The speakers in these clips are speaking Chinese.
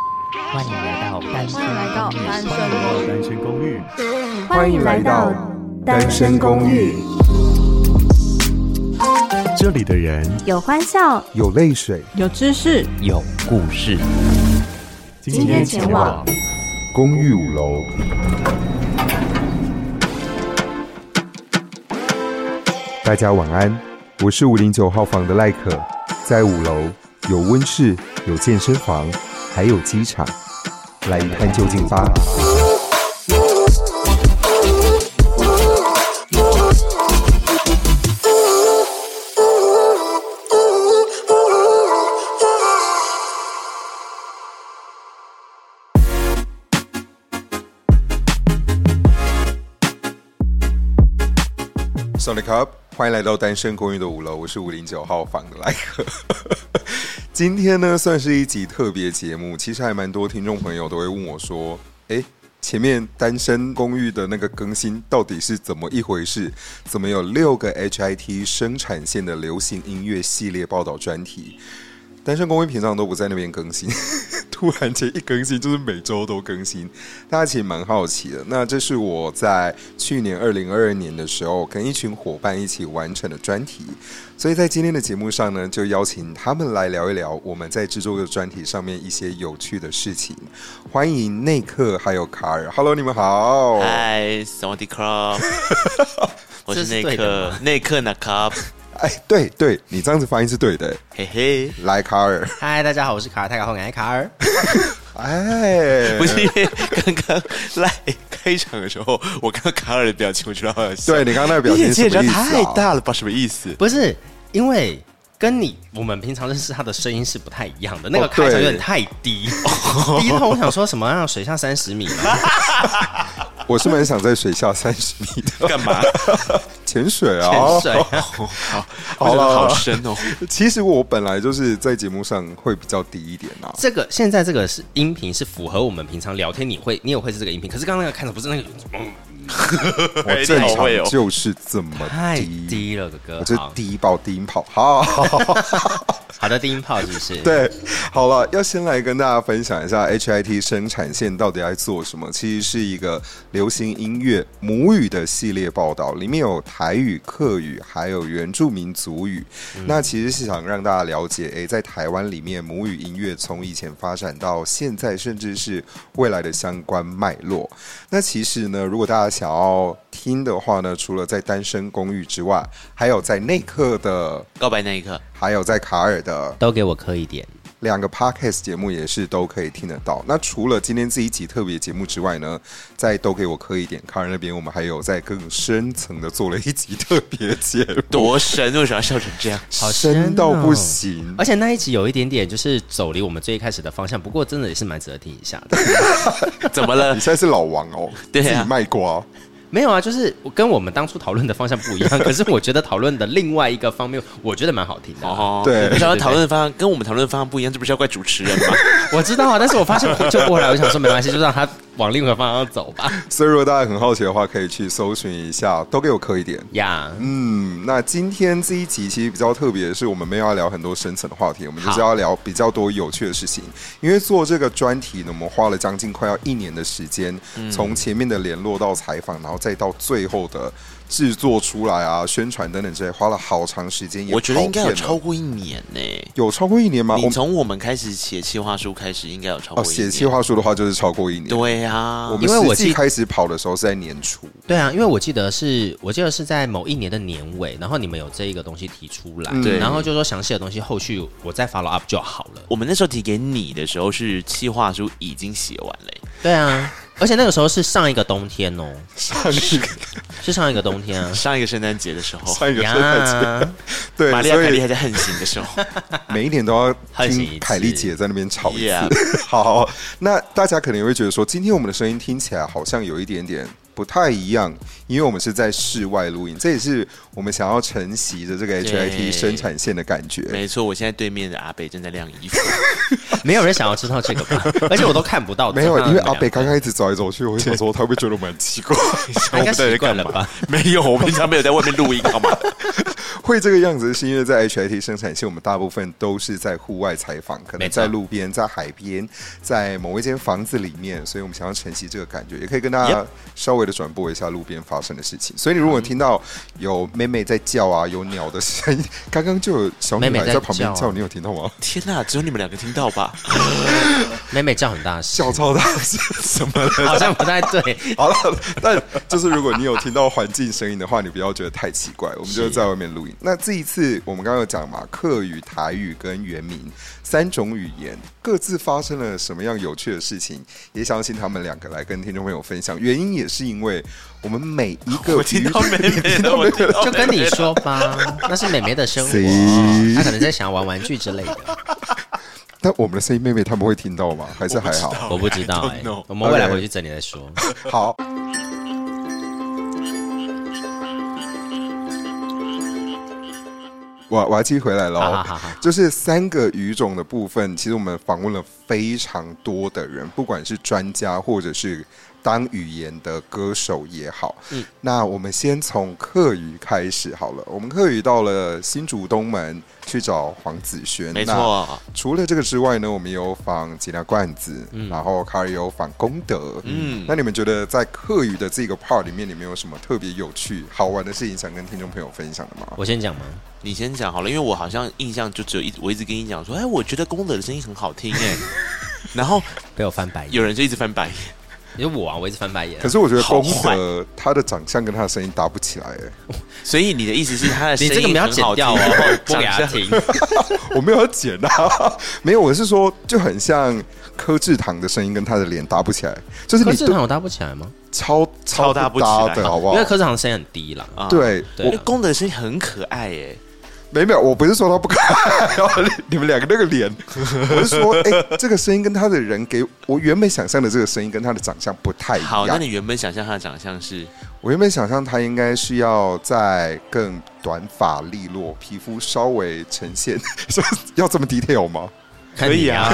欢迎来到单身欢迎来到单身公单身公寓，欢迎来到单身公寓，这里的人有欢笑，有泪水，有知识，有故事。今天前往公寓五楼。大家晚安，我是五零九号房的赖可，在五楼有温室，有健身房，还有机场，来一探究竟吧。s o n i c Up，欢迎来到单身公寓的五楼，我是五零九号房的莱克。 今天呢，算是一集特别节目，其实还蛮多听众朋友都会问我说：“哎，前面单身公寓的那个更新到底是怎么一回事？怎么有六个 HIT 生产线的流行音乐系列报道专题？”单身公寓平常都不在那边更新， 突然间一更新就是每周都更新，大家其实蛮好奇的。那这是我在去年二零二二年的时候，跟一群伙伴一起完成的专题，所以在今天的节目上呢，就邀请他们来聊一聊我们在制作的专题上面一些有趣的事情。欢迎内克还有卡尔，Hello，你们好。哦嗨，什么 d c l 我这是内是对的克，内克 n a k a 哎，对对，你这样子发音是对的。嘿嘿，来，卡尔，嗨，大家好，我是卡尔泰卡后奶卡尔。哎， 不是因为刚刚赖开场的时候，我看到卡尔的表情，我觉得好笑。对你刚刚那个表你情是眼睛也什么意睁思、啊？太大 了吧？什么意思？ 不是因为跟你我们平常认识他的声音是不太一样的，那个哦开场有对点太低，低到我想说什么让水下三十米嘛，我是蛮想在水下三十米 的干嘛？潜水啊，潜水啊好，好我觉得了好深哦。其实我本来就是在节目上会比较低一点啊，这个现在这个是音频是符合我们平常聊天，你会你也会是这个音频，可是刚刚那个开场不是那个我正常就是这么太低，低了，哥我哥。就好低爆低音炮，好好好，好的，低音炮是不 是？ 对，好了，要先来跟大家分享一下 HIT 生产线到底在做什么。其实是一个流行音乐母语的系列报道，里面有台语、客语，还有原住民族语。那其实是想让大家了解，诶、在台湾里面母语音乐从以前发展到现在，甚至是未来的相关脉络。那其实呢，如果大家想要听的话呢，除了在单身公寓之外，还有在内克的，告白那一刻，还有在卡尔的。都给我磕一点。两个 podcast 节目也是都可以听得到。那除了今天这一集特别节目之外呢，在都给我磕一点康人那边，我们还有在更深层的做了一集特别节目，多深？为什么要笑成这样？好深哦深到不行。而且那一集有一点点就是走离我们最一开始的方向，不过真的也是蛮值得听一下的。怎么了 你？现在是老王哦，对啊自己卖瓜。没有啊，就是我跟我们当初讨论的方向不一样， 可是我觉得讨论的另外一个方面，我觉得蛮好听的啊、哦，对你想要讨论的方向跟我们讨论的方向不一样，这不是要怪主持人 吗？我知道啊，但是我发现就过来，我想说没关系，就让他往另外一个方向走 吧。所以如果大家很好奇的话，可以去搜寻一下，都给我磕一点。呀、嗯，那今天这一集其实比较特别，的是我们没有要聊很多深层的话题，我们就是要聊比较多有趣的事情。因为做这个专题呢，我们花了将近快要一年的时间，嗯从前面的联络到采访，然后再到最后的制作出来啊、宣传等等这些，花了好长时间。也我觉得应该有跑遍了超过一年呢。有超过一年吗？我你们从哦我们开始写企划书开始，应该有超哦，过一年。写计划书的话就是超过一年。，对啊，我们因为我实际记开始跑的时候是在年初。对啊，因为我记得是，我记得是在某一年的年尾，然后你们有这一个东西提出嗯来，对然后就说详细的东西后续我再 follow up 就好了。我们那时候提给你的时候，是企划书已经写完了欸、。对啊，而且那个时候是上一个冬天哦，上一个是上一个冬天啊上一个圣诞节的时候，上一个圣诞节，呀，对，哦玛利亚所以凯莉还在横行的时候，每一年都 要唤醒一次听凯莉姐在那边吵一次。 Yeah 好，那大家可能也会觉得说，今天我们的声音听起来好像有一点点不太一样，因为我们是在室外录音，这也是我们想要承袭的这个对 HIT 生产线的感觉。没错，我现在对面的阿北正在晾 衣服，没有人想要知道这个 吧？而且我都看不到，没有，怎么 因为样阿北刚刚一直走来走去，我想说他会不会觉得我们很奇怪，他应该习惯了吧？没有，我平常没有在外面录音，好吗？会这个样子，是因为在 HIT 生产线，我们大部分都是在户外采访，可没能错在路边、在海边、在某一间房子里面，所以我们想要承袭这个感觉，也可以跟大家稍微的转播一下路边发生的事情。所以你如果听到有妹妹在叫啊，有鸟的声音，刚刚就有小女妹妹孩在在旁边叫叫，啊你有听到吗？天哪，只有你们两个听到吧？妹妹叫很大声，叫超大声，什么了？好像不太对。 好了，但就是如果你有听到环境声音的话，你不要觉得太奇怪。我们就是在外面录音。那这一次我们刚刚有讲嘛，客语、台语跟原名三种语言各自发生了什么样有趣的事情，也相信他们两个来跟听众朋友分享。原因也是因为 我们每一个我 听到语妹妹了，我 听到就跟你说吧，那是美眉的生活谁，她可能在想要玩玩具之类的，但我们的声音妹妹他们会听到吗？还是还好？我不知道哎 I don't know，我们未来 OK 回去整理再说。好。我我要继续回来了好哦好好好，就是三个语种的部分，其实我们访问了非常多的人，不管是专家或者是当语言的歌手也好。嗯那我们先从客语开始好了。我们客语到了新竹东门去找黄子轩，没。错，除了这个之外呢，我们有访吉娜罐子，然后卡尔有访功德。嗯，那你们觉得在课语的这个 part 里面，你们有什么特别有趣、好玩的事情想跟听众朋友分享的吗？我先讲吗？你先讲好了，因为我好像印象就只有一，我一直跟你讲说，哎，我觉得功德的声音很好听哎，然后被我翻白眼，有人就一直翻白眼，你说我啊，我一直翻白眼可。是我觉得功好德他的长相跟他的声音搭不起来，哎所以你的意思是他的声你音这个不要剪很好听掉哦，播给长她相听。 我没有要剪啊， 没有，我是说就很像柯志堂的声音跟他的脸搭不起来，就是柯你志都堂有搭不起来吗？超超搭搭不起来的好不因好为？柯志堂声音很低啦。啊，对，对我功德的声音很可爱哎，没有没有，我不是说他不 可爱，你你们两个那个脸，我是 说，哎、这个声音跟他的人给我原本想象的这个声音跟他的长相不太一好，那样你。原本想象他的长相是 我原本想象他应该是要在更短发利落，皮肤稍微呈现， 是要这么 detail 吗？看你啊，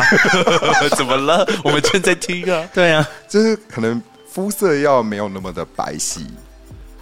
怎么了？我们正在听啊。对啊，就是可能肤色要没有那么的白皙。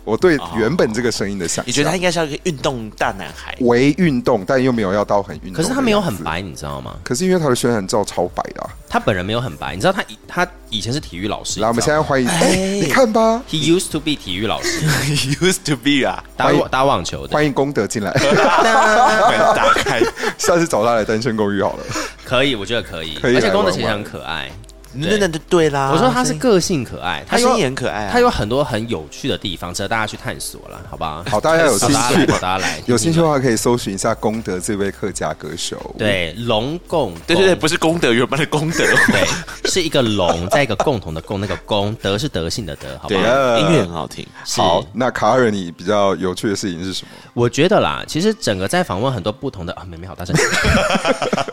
我对原本这个声音的想象，你觉得他应该是要一个运动大男孩？为运动，但又没有要到很运动。可是他没有很，白，你知道吗？可是因为他的宣传照超白的啊、他本人没有很白，你知道他以他以前是体育老师。来，我们现在欢迎，哎、你看吧，在 he used to be 体育老师， Used to be 啊，打网打网球的，欢迎功德进来， 门打开，下次找他来单身公寓好了。可以，我觉得可以。可以而且来公德玩其实玩很可爱。那那就嗯对啦。我说他是个性可爱，啊他有声音很可爱啊他有很多很有趣的地方，值得大家去探索了，好吧？好大家有兴趣大家来，大家来， 有兴趣的话可以搜寻一下功德这位客家歌手。，对龙共共，对对对，不是功德原本的 功德，对，是一个龙，在一个共同的共，那个公德是德性的德，好对，吧？ Yeah 音乐很好听。是好，那卡尔，你比较有趣的事情是什么？我觉得啦，其实整个在访问很多不同的啊，妹妹好 大声，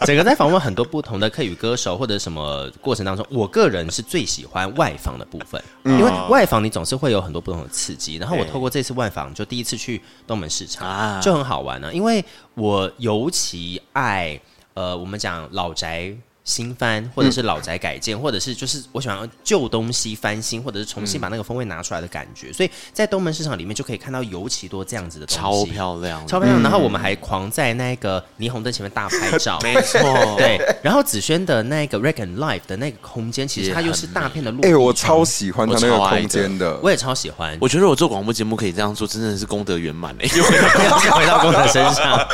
整个在访问很多不同的客语歌手或者什么过程当中，我个人是最喜欢外访的部分，因为外访你总是会有很多不同的刺激。然后我嗯对透过这次外访，就第一次去东门市场，啊就很好玩呢、因为我尤其爱呃，我们讲老宅。新翻，或者是老宅改建，或者是就是我喜欢旧东西翻新，或者是重新把那个风味拿出来的感觉，所以在东门市场里面就可以看到尤其多这样子的东西超漂亮，超漂亮。然后我们还狂在那个霓虹灯前面大拍照。没 错， 对，然后子轩的那个 Reg and Life 的那个空间，其实它又是大片的落地哎、窗我超喜欢他那个空间的，我也超喜欢。我觉得我做广播节目可以这样做，真的是功德圆满哎。因为要 回到工人身 上。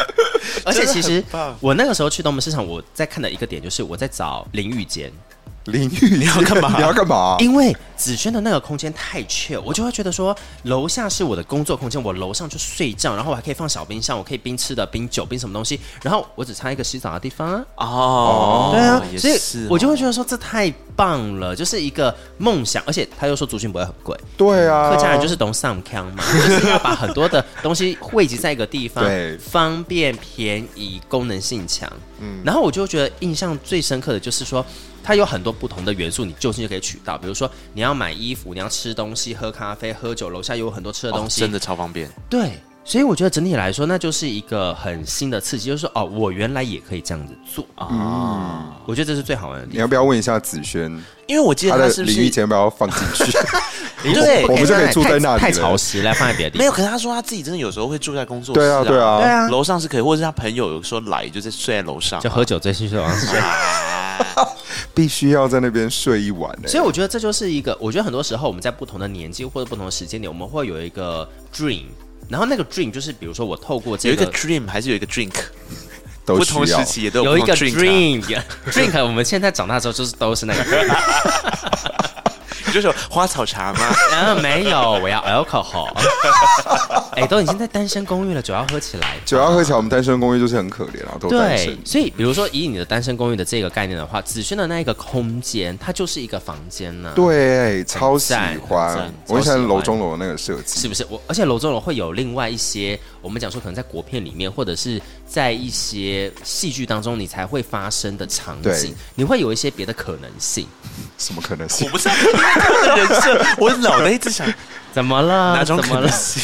而且其实我那个时候去东门市场，我在看的一个点就是我在找淋浴间，淋浴你要干 嘛？你要干嘛？因为子轩的那个空间太 chill，我就会觉得说楼下是我的工作空间，我楼上就睡觉，然后我还可以放小冰箱，我可以冰吃的、冰酒、冰什么东西，然后我只差一个洗澡的地方啊。哦，对啊，也所是以哦，我就会觉得说这太棒了，就是一个梦想，而且他又说族群不会很贵，对啊，客家人就是懂上腔 嘛，就是要把很多的东西汇集在一个地方对，方便、便宜、功能性强。嗯，然后我就觉得印象最深刻的就是说，它有很多不同的元素，你就近就可以取到，比如说你要要买衣服，你要吃东西、喝咖啡、喝酒，楼下有很多吃的东西，哦真的超方便。对。所以我觉得整体来说，那就是一个很新的刺激，就是说哦，我原来也可以这样子做啊。嗯我觉得这是最好玩的你地要不要问一下子轩，因为我记他得的他是不淋浴是啊间要不要放进 去？方。对我们就可以住在那里了太太潮湿了，放在别的地 没有？方。可是他说他自己真的有时候会住在工作室、对啊，对啊，啊，啊，楼上是可以，或者是他朋友有时候来就在睡在楼上就。喝酒醉醺醺的往上睡。必须要在那边睡一晚欸呢。所以我觉得这就是一个，我觉得很多时候我们在不同的年纪或者不同的时间点，我们会有一个 dream，然后那个 dream 就是比如说我透过有这一个个 dream 还是有一个 drink，都不需同要时。期也都有一不个同 drink 啊 dream，drink，我们现在长大之后就是都是那个 dream，你就是有花草 茶嘛，然后啊没有，我要 alcohol，哎、都已经在单身公寓了，酒要喝起来。九幺喝起来，我们单身公寓就是很可怜啊，都单对身，。所以比如说以你的单身公寓的这个概念的话，子轩的那一个空间，它就是一个房间呢、对，超喜赞很欢赞，我很喜超欢喜楼欢中楼的那个设计，是不是？我而且楼中楼会有另外一些，我们讲说可能在国片里面，或者是在一些戏剧当中，你才会发生的场对景，你会有一些别的可能性。什么可能我性？不知道他的人设，我脑袋一 直想怎么了？哪种啊怎么可能了？性？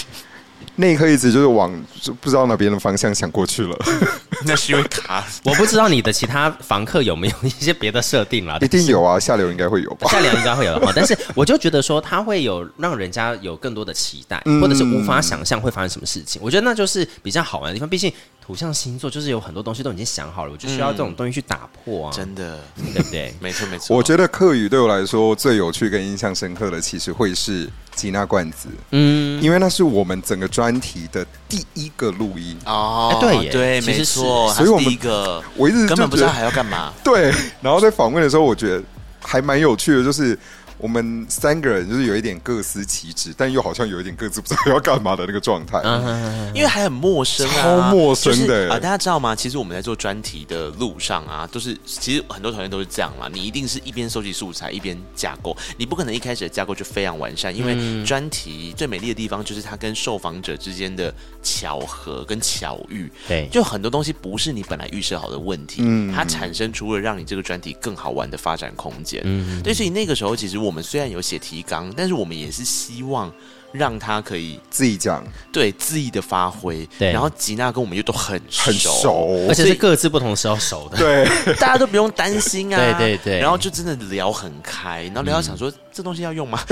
那一刻一直就是往就不知道哪边的方向想过 去了， 那是因为卡我不知道你的其他房客有没有一些别的设定啦，一定有啊，下流应该会 有吧？善良应该会有的话，但是我就觉得说，它会有让人家有更多的期待，嗯或者是无法想象会发生什么事情。我觉得那就是比较好玩的地方。毕竟土象星座就是有很多东西都已经想好了，我就需嗯要这种东西去打破啊，真的，对不对？没错没错。我觉得课语对我来说最有趣跟印象深刻的，其实会是吉娜罐子，嗯，因为那是我们整个专题的第一个录音。哦哎，对耶对，其实没错，是所以我们他是第一个我一直就根本不知觉道得还要干嘛。对， 然后在访问的时候，我觉得还蛮有趣的，就是我们三个人就是有一点各司其职，但又好像有一点各自不知道要干嘛的那个状嗯态。因为还很陌生啊，超陌生的就是啊、大家知道吗？其实我们在做专题的路上啊，都是其实很多团队都是这样啦。你一定是一边收集素材，一边架构，你不可能一开始的架构就非常完善，因嗯为专题最美丽的地方就是它跟受访者之间的巧合跟巧遇，对，就很多东西不是你本来预设好的问题，嗯它产生出了让你这个专题更好玩的发展空间。嗯对，所以那个时候其实我们虽然有写提纲，但是我们也是希望让它可以自己讲对恣意的发挥。对然后吉娜跟我们又都很熟，很熟而，且是各自不同时候熟的，对， 大家都不用担心啊。对对对嗯然后就真的聊很开，然后聊到想说、这东西要用吗？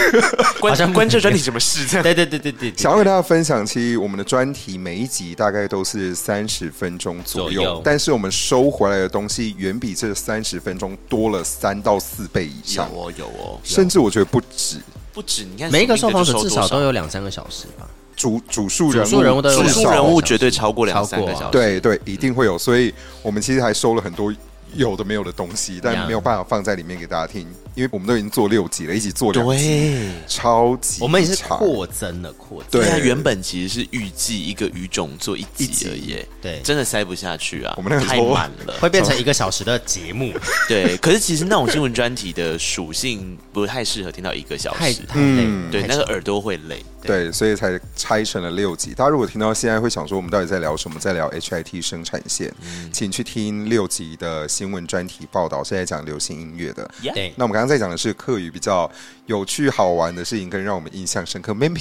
好像不关关这专题什么事？这样 对对对对对对，想要跟大家分享，其实我们的专题每一集大概都是三十分钟左左右，右但是我们收回来的东西远比这三十分钟多了三到四倍以有上，哦有哦，甚至我觉得不止。不止你看每一个署受访名的就者收至多少少都有两三个小时吧，主主述人物，主述人物都有主至述少人物绝对超过两超过三啊个小时。对对，一定会有。所以我们其实还收了很多有的没有的东西，但 Yeah 没有办法放在里面给大家听，因为我们都已经做六集了，一起做两集，对。超级我们也是长扩增了扩增，对对啊，原本其实是预计一个语种做一一集集而已，对真的塞不下去啊，我们那个时太候满了，会变成一个小时的节目，对，可是其实那种新闻专题的属性不太适合听到一个小太时，太累嗯了，对，太那个长了耳朵会累。对，所以才拆成了六集。大家如果听到现在会想说我们到底在聊什么，在聊 HIT 生产线，嗯请去听六集的新闻专题报道，是在讲流行音乐的。 Yeah 对那我们刚刚在讲的是课余比较有趣好玩的事情，跟让我们印象深刻。妹妹，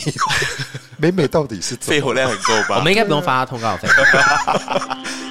妹妹到底是怎肺么活量很够吧？我们应该不用发通告费。嗯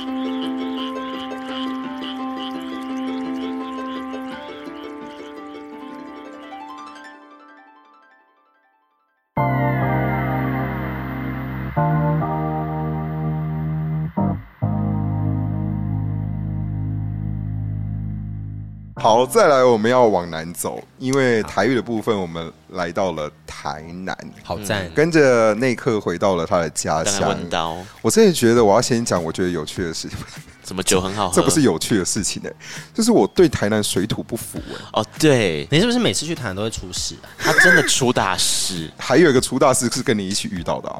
好，再来我们要往南走，因为台语的部分我们来到了台南，好嗯赞，跟着内克回到了他的家刚才乡。问到我真的觉得我要先讲我觉得有趣的事情，什么酒很好喝，这不是有趣的事情哎、就是我对台南水土不服哎、哦？对，你是不是每次去谈都会出事啊？他真的出大事，还有一个出大事是跟你一起遇到的啊，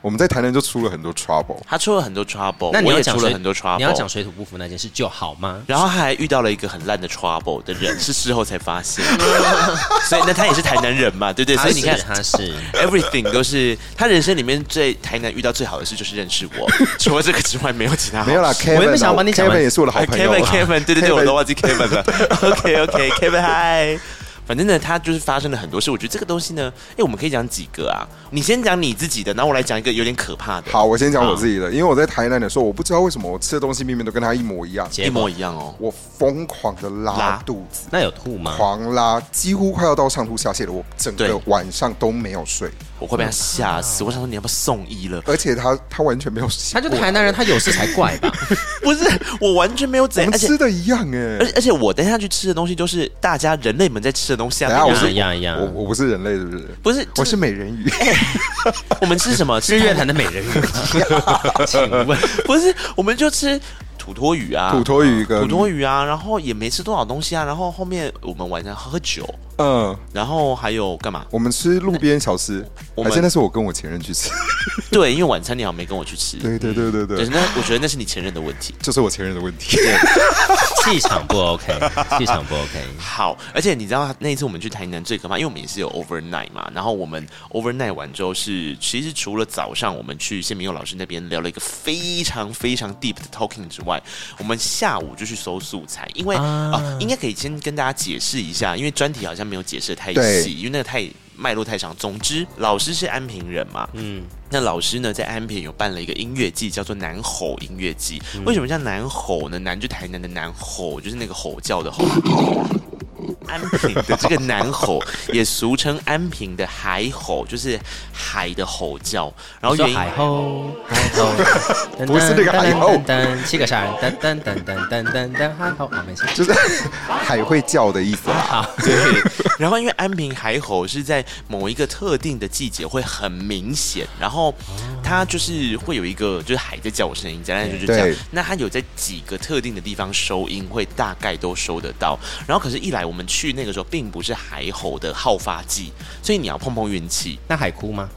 我们在台南就出了很多 trouble。他出了很多 trouble，那你我要也讲出了水很多 trouble，你要讲水土不服那件事就好吗？然后他还遇到了一个很烂的 trouble 的人，是事后才 发现，所以那他也是台南人嘛，对不对？所以你看啊他是他是 Everything 都是他人生里面最台南遇到最好的事就是认识 我，除了这个之外没有其他好事。没有啦我原，Kevin，啊本想要帮你讲 Kevin 完哎也是我的好朋友啊。 Kevin Kevin，对对对，我都忘记 Kevin 了。OK OK，Kevin 嗨。反正呢，它就是发生了很多事。我觉得这个东西呢，哎、我们可以讲几个啊？你先讲你自己的，然后我来讲一个有点可怕的。好，我先讲我自己的，因为我在台南的时候，我不知道为什么我吃的东西明明都跟他一模一样，结一模果一样哦。我疯狂的拉拉肚子，那有吐吗？狂拉，几乎快要到上吐下泻了。我整对个晚上都没有睡，我快被他吓嗯死！我想说你要不要送医了？而且他他完全没有醒他就过来台南人，他有事才怪 吧？不是，我完全没有怎我样，们而且吃的一样哎、而且而且我等一下去吃的东西就是大家人类们在吃的东西啊。等一下不我一样是一样一样我我不是人类是不是？不是，哎我就是美人鱼，我们吃什 么？是吃乐坛的美人鱼，请问 不是，我们就吃土托鱼啊，土托鱼跟土托鱼啊，然后也没吃多少东西啊，然后后面我们晚上喝酒，嗯，然后还有干嘛？ 我们吃路边小吃，我还们真的是我跟我前任去吃，对，因为晚餐你好像没跟我去吃，对对对对对，对，那我觉得那嗯是你前任的问题。这是我前任的问题。气场不 OK，气场不 OK。好，而且你知道那一次我们去台南最可怕，因为我们也是有 overnight 嘛，然后我们 overnight 完之后是，其实除了早上我们去谢明佑老师那边聊了一个非常非常 deep 的 talking 之外，我们下午就去搜素材，因为啊、应该可以先跟大家解释一下，因为专题好像没有解释得太对细，因为那个太。脉络太长，总之，老师是安平人嘛，嗯，那老师呢，在安平有办了一个音乐季，叫做南吼音乐季。嗯为什么叫南吼呢？南就台南的南吼，就是那个吼叫的吼。安平的这个 南吼，也俗称安平的海吼，就是海的吼叫。然后说原因海后，海后， 噔噔不是那个海后噔噔噔七个杀人，噔噔噔噔噔噔噔，海后，好没事。 就是海会叫的意思啊啦。好，对，然后因为安平海吼是在某一个特定的季节会很明显，然后它就是会有一个就是海在叫我声音，简单来说就这样对。那它有在几个特定的地方收音，会大概都收得到。然后可是，一来我们去那个时候并不是海吼的好发季，所以你要碰碰运气。那海哭吗？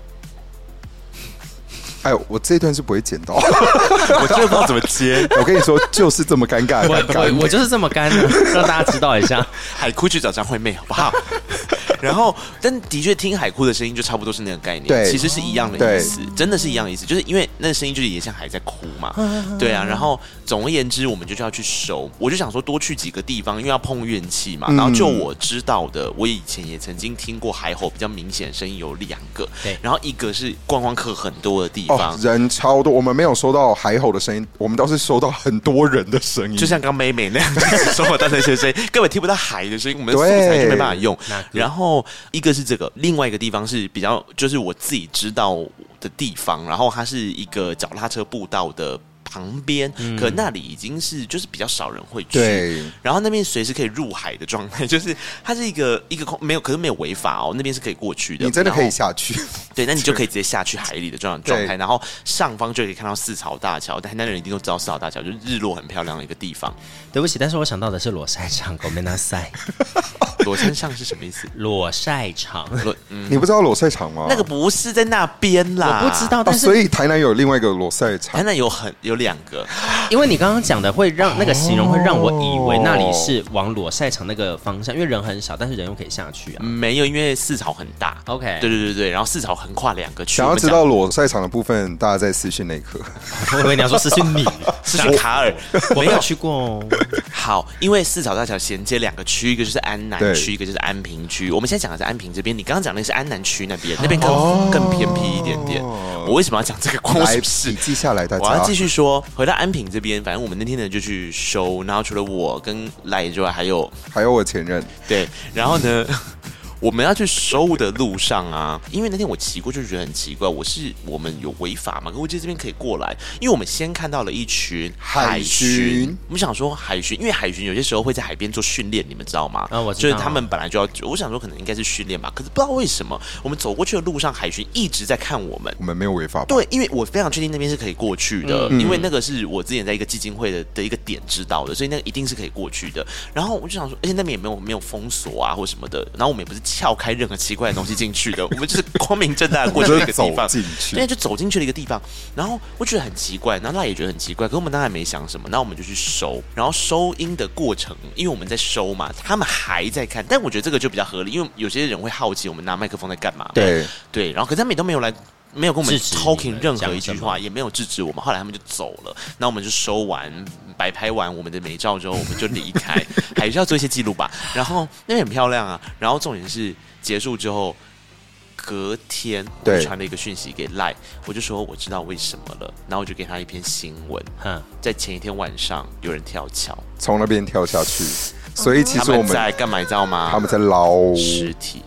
哎呦，我这一段是不会剪到， 我真的不知道怎么接。 我跟你说，就是这么尴尬，我尴 尬。我我就是这么干的， 让大家知道一下。海哭去找张惠妹，好不好？ 然后，但的确听海哭的声音就差不多是那个概念，对其实是一样的对意思，真的是一样的意思，就是因为那个声音就是也像海在哭嘛，嗯对啊。然后总而言之，我们就是要去熟，我就想说多去几个地方，因为要碰运气嘛。嗯然后就我知道的，我以前也曾经听过海吼比较明显的声音有两个，对然后一个是观光客很多的地方哦，，人超多，我们没有收到海吼的声音，我们倒是收到很多人的声音。就像刚妹妹那样，就是生活大声先生根本听不到海的声音，我们的素材就没办法用哪个。然后一个是这个，另外一个地方是比较，就是我自己知道的地方，然后它是一个脚踏车步道的。旁边，可那里已经是就是比较少人会嗯去，对，然后那边随时可以入海的状态，就是它是一个一个空没有，可是没有违法哦，那边是可以过去的。你真的可然以后下去，对，那你就可以直接下去海里的状状态，然后上方就可以看到四草大桥。台南人一定都知道四草大桥，就是日落很漂亮的一个地方。对不起，但是我想到的是裸晒场，我没拿塞。 裸身上是什么意思？裸晒场，裸嗯，你不知道裸赛场吗？那个不是在那边啦，我不知。道，哦，但所是以台南有另外一个裸赛台场，南有很有两个，因为你刚刚讲的会哦让那个形容会让我以为那里是往裸晒场那个方向，因为人很少，但是人又可以下去 啊。没有，因为四草很大。 OK 对对对对，然后四草横跨两个区。想我要们知讲道裸赛场的部分，大家在私讯那一刻。我以为你要说失去 你，是去卡尔，我没没有有去过哦。好，因为四草大桥衔接两个区，一个就是安南对区，一个就是安平区。我们现在讲的是安平这边，你刚刚讲的是安南区那哦边，那边更、更偏僻一点点。我为什么要讲这个 关我来，什笔么事？记下来，大家。我要继续说，回到安平这边，反正我们那天呢就去收，然后除了我跟赖之外，还有还有我前任，对，然后呢， 我们要去收的路上啊，因为那天我骑过就觉得很奇怪，我是我们有违法嘛？可我觉得这边可以过来，因为我们先看到了一群海巡我们想说海巡，因为海巡有些时候会在海边做训练，你们知道吗？啊我知就道是他们本来就要，我想说可能应该是训练吧，可是不知道为什么，我们走过去的路上，海巡一直在看我们。我们没有违法吧？对，因为我非常确定那边是可以过去的，嗯因为那个是我之前在一个基金会的的一个点知道的，所以那个一定是可以过去的。然后我就想说，而且那边也没有没有封锁啊或什么的，然后我们也不是撬开任何奇怪的东西进去的，我们就是光明正大的过去我那就个走地方进去 对，就走进去了一个地方。然后我觉得很奇怪，然后那也觉得很奇怪，可我们当然没想什么，那我们就去收。然后收音的过程，因为我们在收嘛，他们还在看，但我觉得这个就比较合理，因为有些人会好奇我们拿麦克风在干嘛嘛。对对，然后可是他们也都没有来没有跟我们制止你 talking 们任讲何一句什么话，也没有制止我们。后来他们就走了，那我们就收完摆拍完我们的美照之后，我们就离 开，还是要做一些记录吧。然后那边很漂亮啊，然后重点是结束之后。隔天，我对就传了一个讯息给赖，我就说我知道为什么了，然后我就给他一篇新闻，哼，在前一天晚上有人跳桥，从那边跳下去，所以其他实我们们在干嘛？你知道吗？他们在捞，尸体，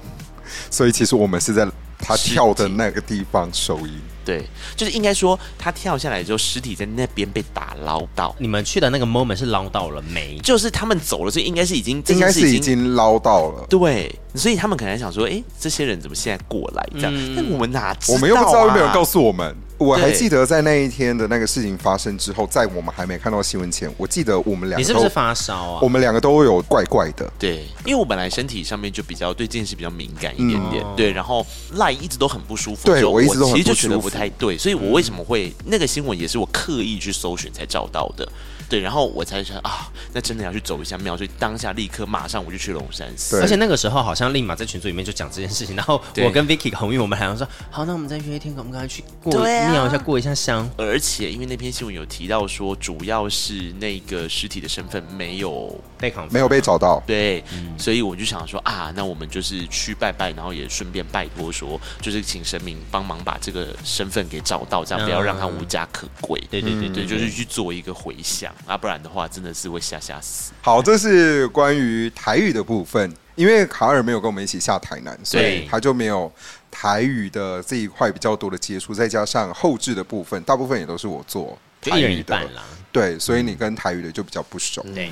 所以其实我们是在他尸体跳的那个地方收音。对，就是应该说他跳下来之后，尸体在那边被打捞到，你们去的那个 moment 是捞到了没？就是他们走了，所以应该是已经，这应该件事是已经捞到了。对，所以他们可能还想说，哎，这些人怎么现在过来这样？但我们哪知我道、啊？们又不知道有没有人告诉。诉我啊们。我还对记得在那一天的那个事情发生之后，在我们还没看到新闻前，我记得我们两你个是不都是，发烧啊？我们两个都有怪怪的。对，因为我本来身体上面就比较对这件事比较敏感一点点，对，然后赖一直都很不舒服，对所以我一直都很其实就不觉得舒服不太对，所以我为什么会、那个新闻也是我刻意去搜寻才找到的，对，然后我才想啊，那真的要去走一下庙，所以当下立刻马上我就去龙山寺对，而且那个时候好像立马在群组里面就讲这件事情，然后对我跟 Vicky 红玉我们好像说，好，那我们再约一天，我们赶快去过对啊瞄一下，过一下香。而且因为那篇新闻有提到说，主要是那个尸体的身份没有被扛没有被找到，对，所以我就想说啊，那我们就是去拜拜，然后也顺便拜托说，就是请神明帮忙把这个身份给找到，这样不要让他无家可归。对对对对，就是去做一个回想啊，不然的话真的是会吓吓死。好，这是关于台语的部分，因为卡尔没有跟我们一起下台南，所以他就没有台语的这一块比较多的接触，再加上后置的部分，大部分也都是我做就台一人语一的半，啦。对，所以你跟台语的就比较不熟。对，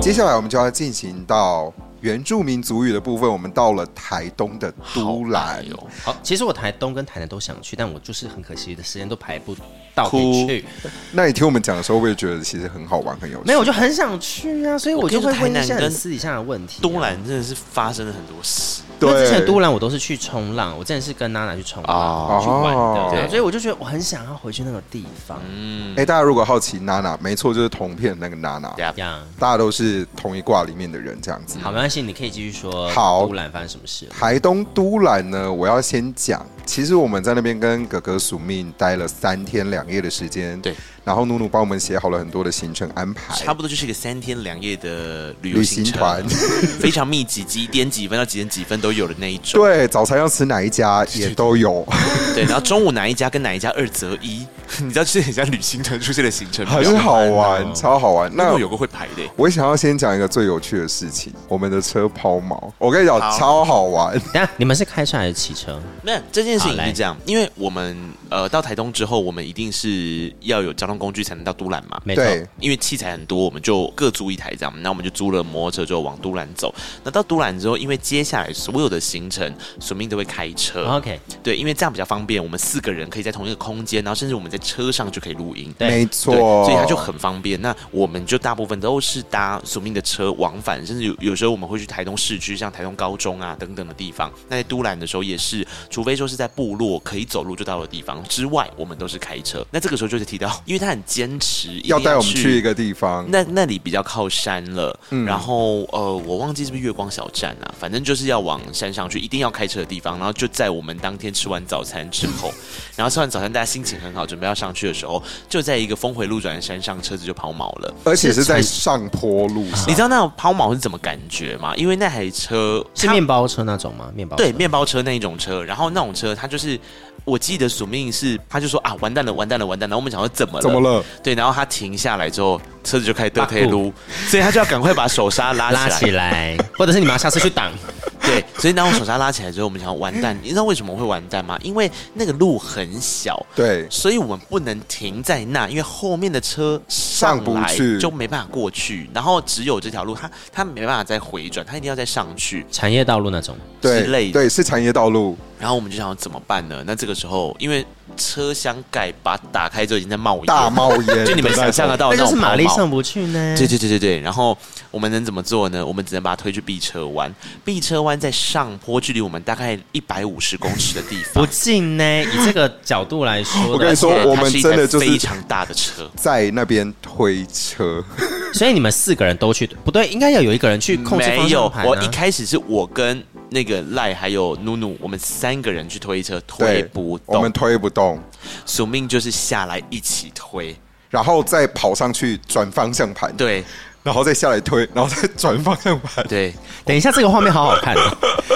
接下来我们就要进行到原住民族语的部分，我们到了台东的都兰。好爱哦，好，哎其实我台东跟台南都想去，但我就是很可惜的时间都排不到可哭以去。那你听我们讲的时候，会不会觉得其实很好玩、很有趣？没有，我就很想去啊，所以我就会我跟问你一说台下南跟你私底下的问题、啊东，兰真的是发生了很多事因为对之前都兰我都是去冲浪，我之前是跟娜娜去冲浪。啊，去玩的，哦对啊，对，嗯所以我就觉得我很想要回去那个地方哎、大家如果好奇娜娜，没错，就是同片那个娜娜，对啊呀。大家都是同一卦里面的人这样子。好，没关系，你可以继续说。好都兰发生什么事了？台东都兰呢，我要先讲，其实我们在那边跟哥哥宿命待了三天两夜的时间，对，然后努努帮我们写好了很多的行程安排，差不多就是一个三天两夜的哎旅游旅行行程团， 非常密集，几点几分到几点几分都有的那一种。对，早餐要吃哪一家也都有，对，然后中午哪一家跟哪一家二择一，你知道，就是很像旅行团出现的行程，很好玩，超好玩。那那我嗯有个会排的欸，我想要先讲一个最有趣的事情，我们的车抛锚，我跟你讲好超好玩，等一下你们是开车还是骑车？那这件事好情来是这样，因为我们呃到台东之后，我们一定是要有交通工具才能到都兰嘛。没错，对，因为器材很多，我们就各租一台这样。那我们就租了摩托车，就往都兰走。那到都兰之后，因为接下来所有的行程，索命都会开车。 OK，对，因为这样比较方便，我们四个人可以在同一个空间，然后甚至我们在车上就可以录音。对没对，错，所以它就很方便。那我们就大部分都是搭索命的车往返，甚至有有时候我们会去台东市区，像台东高中啊等等的地方。那在都兰的时候也是，除非说是在部落可以走路就到的地方之外，我们都是开车。那这个时候就是提到，因为他很坚持，一定要带我们去一去。个地方，那那里比较靠山了，然后呃，我忘记是不是月光小站啊，反正就是要往山上去，一定要开车的地方。然后就在我们当天吃完早餐之后，然后吃完早餐大家心情很好，准备要上去的时候，就在一个峰回路转的山上，车子就抛锚了。而且是在上坡路上你。知道那种抛锚是怎么感觉吗？因为那台车是它面包车那种吗？面包车对面包车那一种车，然后那种车它就是。我记得索命是，他就说啊，完蛋了，完蛋了，完蛋了。然后我们想说怎么了？怎么了？对，然后他停下来之后，车子就开始得退路，所以他就要赶快把手刹拉起来。拉起来，或者是你们要下车去挡。对，所以当我手刹拉起来之后，我们想完蛋。你知道为什么会完蛋吗？因为那个路很小，对，所以我们不能停在那，因为后面的车上上不来去就没办法过去。然后只有这条路，它它没办法再回转，它一定要再上去。产业道路那种，对之类的对，是产业道路，然后我们就想怎么办呢？那这个时候，因为车厢盖把它打开之后已经在冒烟，大冒烟，就你们想象得到那那就是种马泡力沫上不去呢。对对对对对，然后我们能怎么做呢？我们只能把它推去 B 车湾。B 车湾在上坡，距离我们大概一百五十公尺的地不方。近呢。以这个角度来说， 我跟你说而且它我们是一真的台就是非常大的车，在那边推车，所以你们四个人都去，不对，应该要有一个人去控制没方有向盘、。啊。我一开始是我跟那个赖还有努努，我们三个人去推车，推对，不我们动。推不动，宿命就是下来一起推，然后再跑上去转方向盘，，对然后再下来推，然后再转方向盘，对，等一下，这个画面好好 看、哦，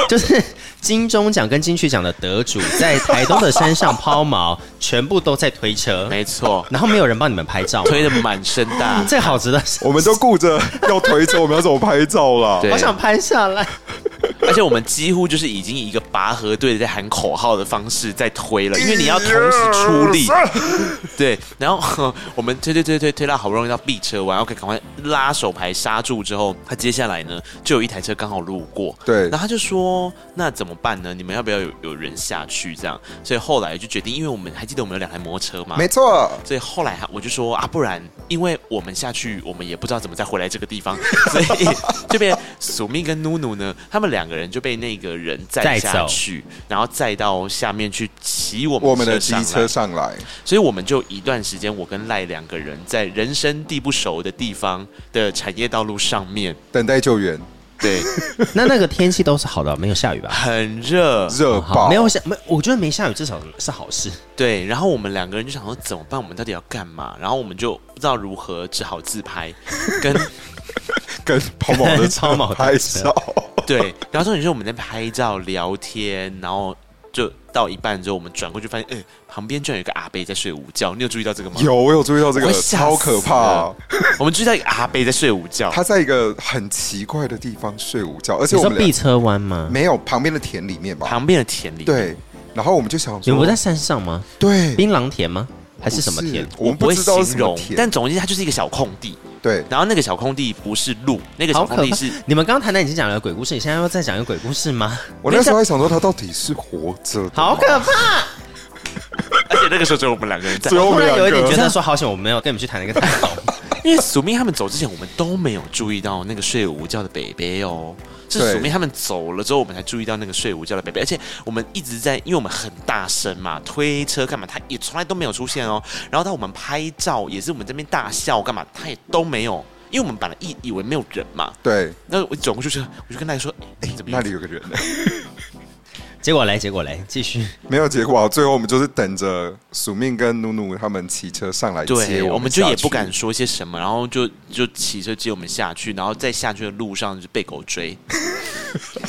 就是金钟奖跟金曲奖的得主在台东的山上抛锚，全部都在推车， 没错，然后没有人帮你们拍照，推的满身大。嗯这好值得，我们都顾着要推车，我们要怎么拍照啦？对好想拍下来。 而且我们几乎就是已经以一个拔河队在喊口号的方式在推了，因为你要同时出力。对，然后我们推推推推推到好不容易到 B 车弯，OK，赶快拉手牌刹住之后，他接下来呢就有一台车刚好路过，对然后他就说那怎么办呢？你们要不要有有人下去这样？所以后来就决定，因为我们还记得我们有两台摩托车啊嘛，没错，所以后来我就说啊，不然因为我们下去，我们也不知道怎么再回来这个地 方，所以这边宿命跟努努呢，他们两个人就被那个人载载下走去，然后载到下面去骑我们我们的上机来车上来，所以我们就一段时间，我跟赖两个人在人生地不熟的地方的产业道路上面，等待救援，对， 那那个天气都是好的，没有下雨吧？很热， 热好，爆，没有下没，我觉得没下雨至少是好事。对，然后我们两个人就想说怎么办？我们到底要干嘛？然后我们就不知道如何，只好自拍，跟跟抛 锚的抛锚车的拍车照，对，然后重点是我们在拍照聊天，然后就到一半之后，我们转过去发现，嗯、旁边居然有一个阿贝在睡午觉。你有注意到这个吗？ 有，我有注意到这我个，吓超可怕死。我们注意到一个阿贝在睡午觉。他在一个很奇怪的地方睡午觉，而且你我说们俩 B 车湾吗？没有旁边的田里面吧？旁边的田里，，对，然后我们就想你们说，不在山上吗？对，槟榔田吗？还不是什么田？我们不不会知道是形什么容，田，但总而言之，它就是一个小空地。对，然后那个小空地不是路，那个小好可空地怕是！你们刚刚谈谈已经讲了鬼故事，你现在要再讲一个鬼故事吗？我那时候还想说他到底是活着的， 好可怕！而且那个时候只有我们两个人在只。有我突们然两有一点觉个。得说好险，我没有跟你们去谈那个太 空。 因为署名他们走之前，我们都没有注意到那个睡午觉的北北哦。是对署名他们走了之后，我们才注意到那个睡午觉的北北，而且我们一直在，因为我们很大声嘛，推车干嘛，他也从来都没有出现哦。然后到我们拍照，也是我们这边大笑干嘛，他也都没有，因为我们本来以以为没有人嘛。对，那我转过去就，我就跟他说，哎、怎么那样里？有个人，结果来，结果来，继续。没有结果啊。最后我们就是等着署命跟努努他们骑车上来接对，我我们就下也不去敢说些什么，然后就就骑车接我们下去，然后在下去的路上就被狗追。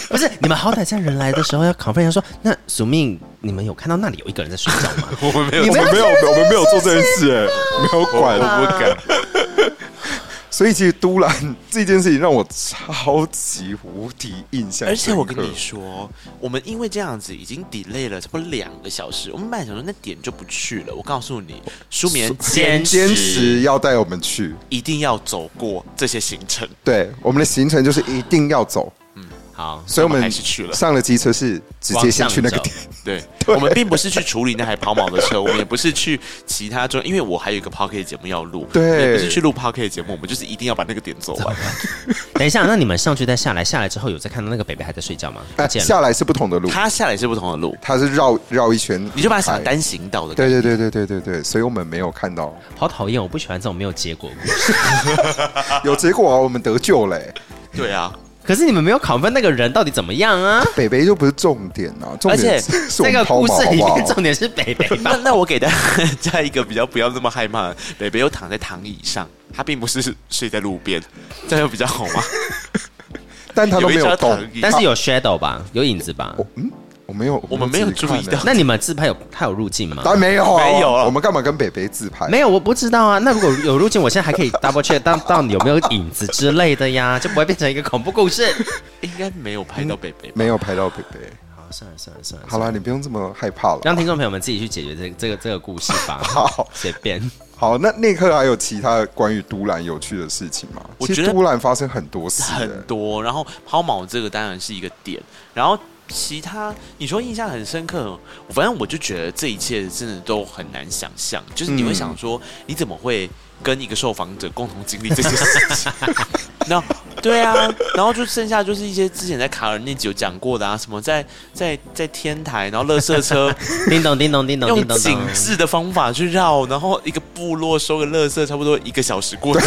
不是你们好歹在人来的时候要 confirm 一下说，那宿命你们们有看到那里有一个人在睡觉 吗？我们没我们没有，我们没有做这件事、哎，没有管，我不敢。 所以其实都兰这件事情让我超级无敌印象深刻，而且我跟你说，我们因为这样子已经 delay 了差不多两个小时，我们本来想说那点就不去了。我告诉你，舒眠坚坚持要带我们去，一定要走过这些行程，对，我们的行程就是一定要走，好，所以我我们们还是去了上了机车是直接先去那个点， 对我们并不是去处理那台抛锚的车，我们也不是去其他中，因为我还有一个 p o c k e t 节目要录，对我们也不是去录 p o c k e t 节目，我们就是一定要把那个点走 完。等一下，那你们上去再下来，下来之后有再看到那个北北还在睡觉吗？不哎，见了。下来是不同的路，它下来是不同的路，它是绕绕一圈，你就把它想单行道的。对对对对对对对，所以我们没有看到好讨厌，我不喜欢这种没有结果的故事。 有结果啊，我们得救嘞、对啊，可是你们没有 confirm 那个人到底怎么样啊？北北就不是重点啊，重而且点是 是我这们个抛故事锚好里不好面？重点是北北吧那？那我给 大家一个比较不要那么害怕的，北北又躺在躺椅上，他并不是睡在路边，这样有比较好吗？ 但他都没一有张动躺，椅但是有 shadow 吧，有影子吧？我嗯，我没有，我们没有注意到自己看欸那你们自拍有他有入镜吗？ 当然没有啊， 没有啊我们干嘛跟北北自拍？没有，我不知道啊。那如果有入境，我现在还可以 double check 到到底有没有影子之类的呀，就不会变成一个恐怖故 事。应该没有拍到北北吧，没有拍到北北。好，算了算了算了，好啦，你不用这么害怕了。让听众朋友们自己去解决这个这个这个故事吧。 好，随便。好，那那刻还有其他关于都兰有趣的事情吗？我其觉实得都兰发生很多事、欸，很多。然后抛锚这个当然是一个点，然后其他你说印象很深刻，反正我就觉得这一切真的都很难想象，就是你会想说，你怎么会跟一个受访者共同经历这些事 情？那对啊，然后就剩下就是一些之前在卡尔那集有讲过的啊，什么在在在天台，然后垃 圾车叮咚叮咚叮咚用叮咚紧咚。致的方法去绕，然后一个部落收个垃圾，差不多一个小时 过去。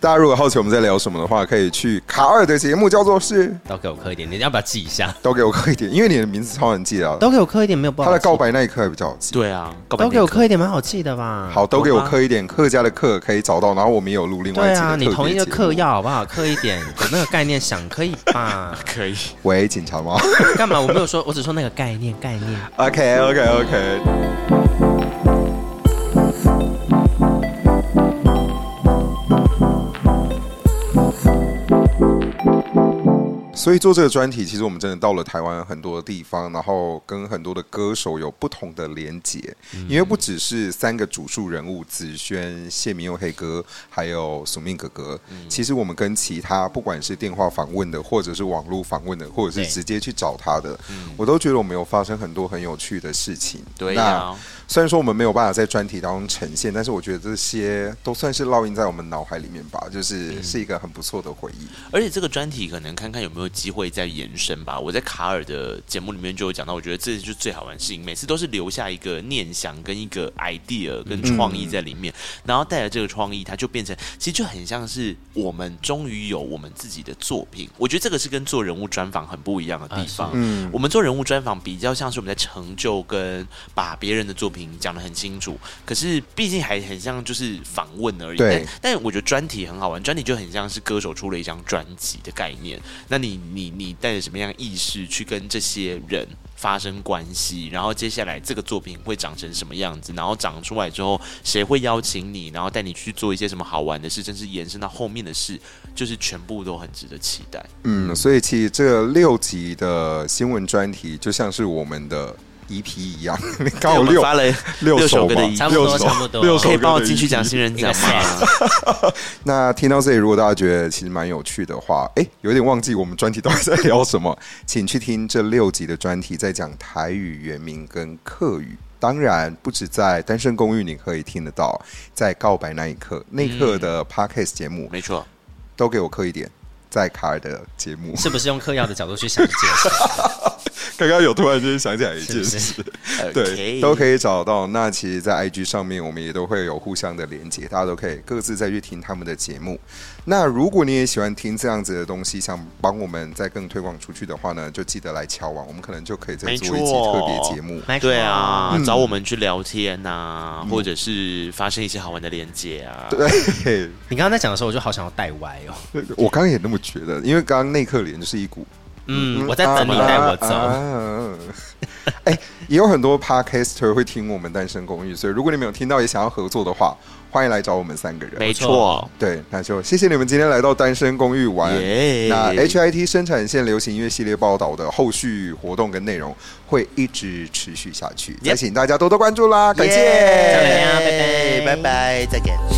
大家如果好奇我们在聊什么的话，可以去卡二的节目，叫做是都给我磕一点，你要不要记一下？都给我刻一点，因为你的名字超难记的啊。都给我磕一点，没有不好他记。的告白那一刻还比较好记。对啊，搞半都天给我磕一点，蛮好记的吧？嗯好，都给我好吧刻一点客家的课可以找到，然后我们也有录另外一对集啊，的你特同别意就节嗑目。药好不好？嗑一点，有那个概念想可以吧？ 可以。喂，警 察吗干嘛？我没有说，我只说那个概念，概念。 ？OK OK OK 。所以做这个专题，其实我们真的到了台湾很多地方，然后跟很多的歌手有不同的连结，嗯因为不只是三个主述人物子轩、谢明佑、黑哥，还有宿命哥哥。嗯其实我们跟其他不管是电话访问的，或者是网络访问的，或者是对嗯直接去找他的，我都觉得我们有发生很多很有趣的事情。对那啊，虽然说我们没有办法在专题当中呈现，但是我觉得这些都算是烙印在我们脑海里面吧，嗯就是是一个很不错的回忆。而且这个专题可能看看有没有机会再延伸吧。我在卡尔的节目里面就有讲到，我觉得这就是最好玩的事情，每次都是留下一个念想跟一个 idea 跟创意在里面，然后带着这个创意，它就变成其实就很像是我们终于有我们自己的作品。我觉得这个是跟做人物专访很不一样的地方。嗯，我们做人物专访比较像是我们在成就跟把别人的作品讲得很清楚，可是毕竟还很像就是访问而已。对但，但我觉得专题很好玩，专题就很像是歌手出了一张专辑的概念。那你你你带着什么样的意识去跟这些人发生关系？然后接下来这个作品会长成什么样子？然后长出来之后，谁会邀请你？然后带你去做一些什么好玩的事，甚至延伸到后面的事，就是全部都很值得期待。嗯，所以其实这六集的新闻专题就像是我们的 EP 一样， 你刚好我们六发了六首六首歌的吧 E EP 差不多六首差不多六首可以歌帮我的进去 EP 讲新人奖吗？那听到这里，如果大家觉得其实蛮有趣的话，诶，有点忘记我们专题到底在聊什么，请去听这六集的专题，在讲台语、原名跟客语。当然，不止在《单身公寓》你可以听得到，在《告白那一刻》那一刻嗯的 podcast 节目、 没错，都给我刻一点，在卡尔的节目。是不是用嗑药的角度去想解释？ 刚刚有突然间想起来一 件事，对，都可呃以。以找到。那其实，在 IG 上面，我们也都会有互相的连接，大家都可以各自再去听他们的节目。那如果你也喜欢听这样子的东西，想帮我们再更推广出去的话呢，就记得来敲网，我们可能就可以再做一没集错特别节目。 Michael 对啊，嗯找我们去聊天呐、或者是发生一些好玩的连接啊。对，你刚刚在讲的时候，我就好想要带歪哦。我刚刚也那么觉得，因为刚刚那刻脸就是一股嗯，我在等你带我啊走。啊 啊哎、也有很多 podcaster 会听我们《单身公寓》，所以如果你们有听到也想要合作的话，欢迎来找我们三个人。没错，对，那就谢谢你们今天来到单身公寓玩。耶那 HIT 生产线流行音乐系列报道的后续活动跟内容会一直持续下去，也 Yep 请大家多多关注啦，感谢。再见啊拜拜拜拜，再见。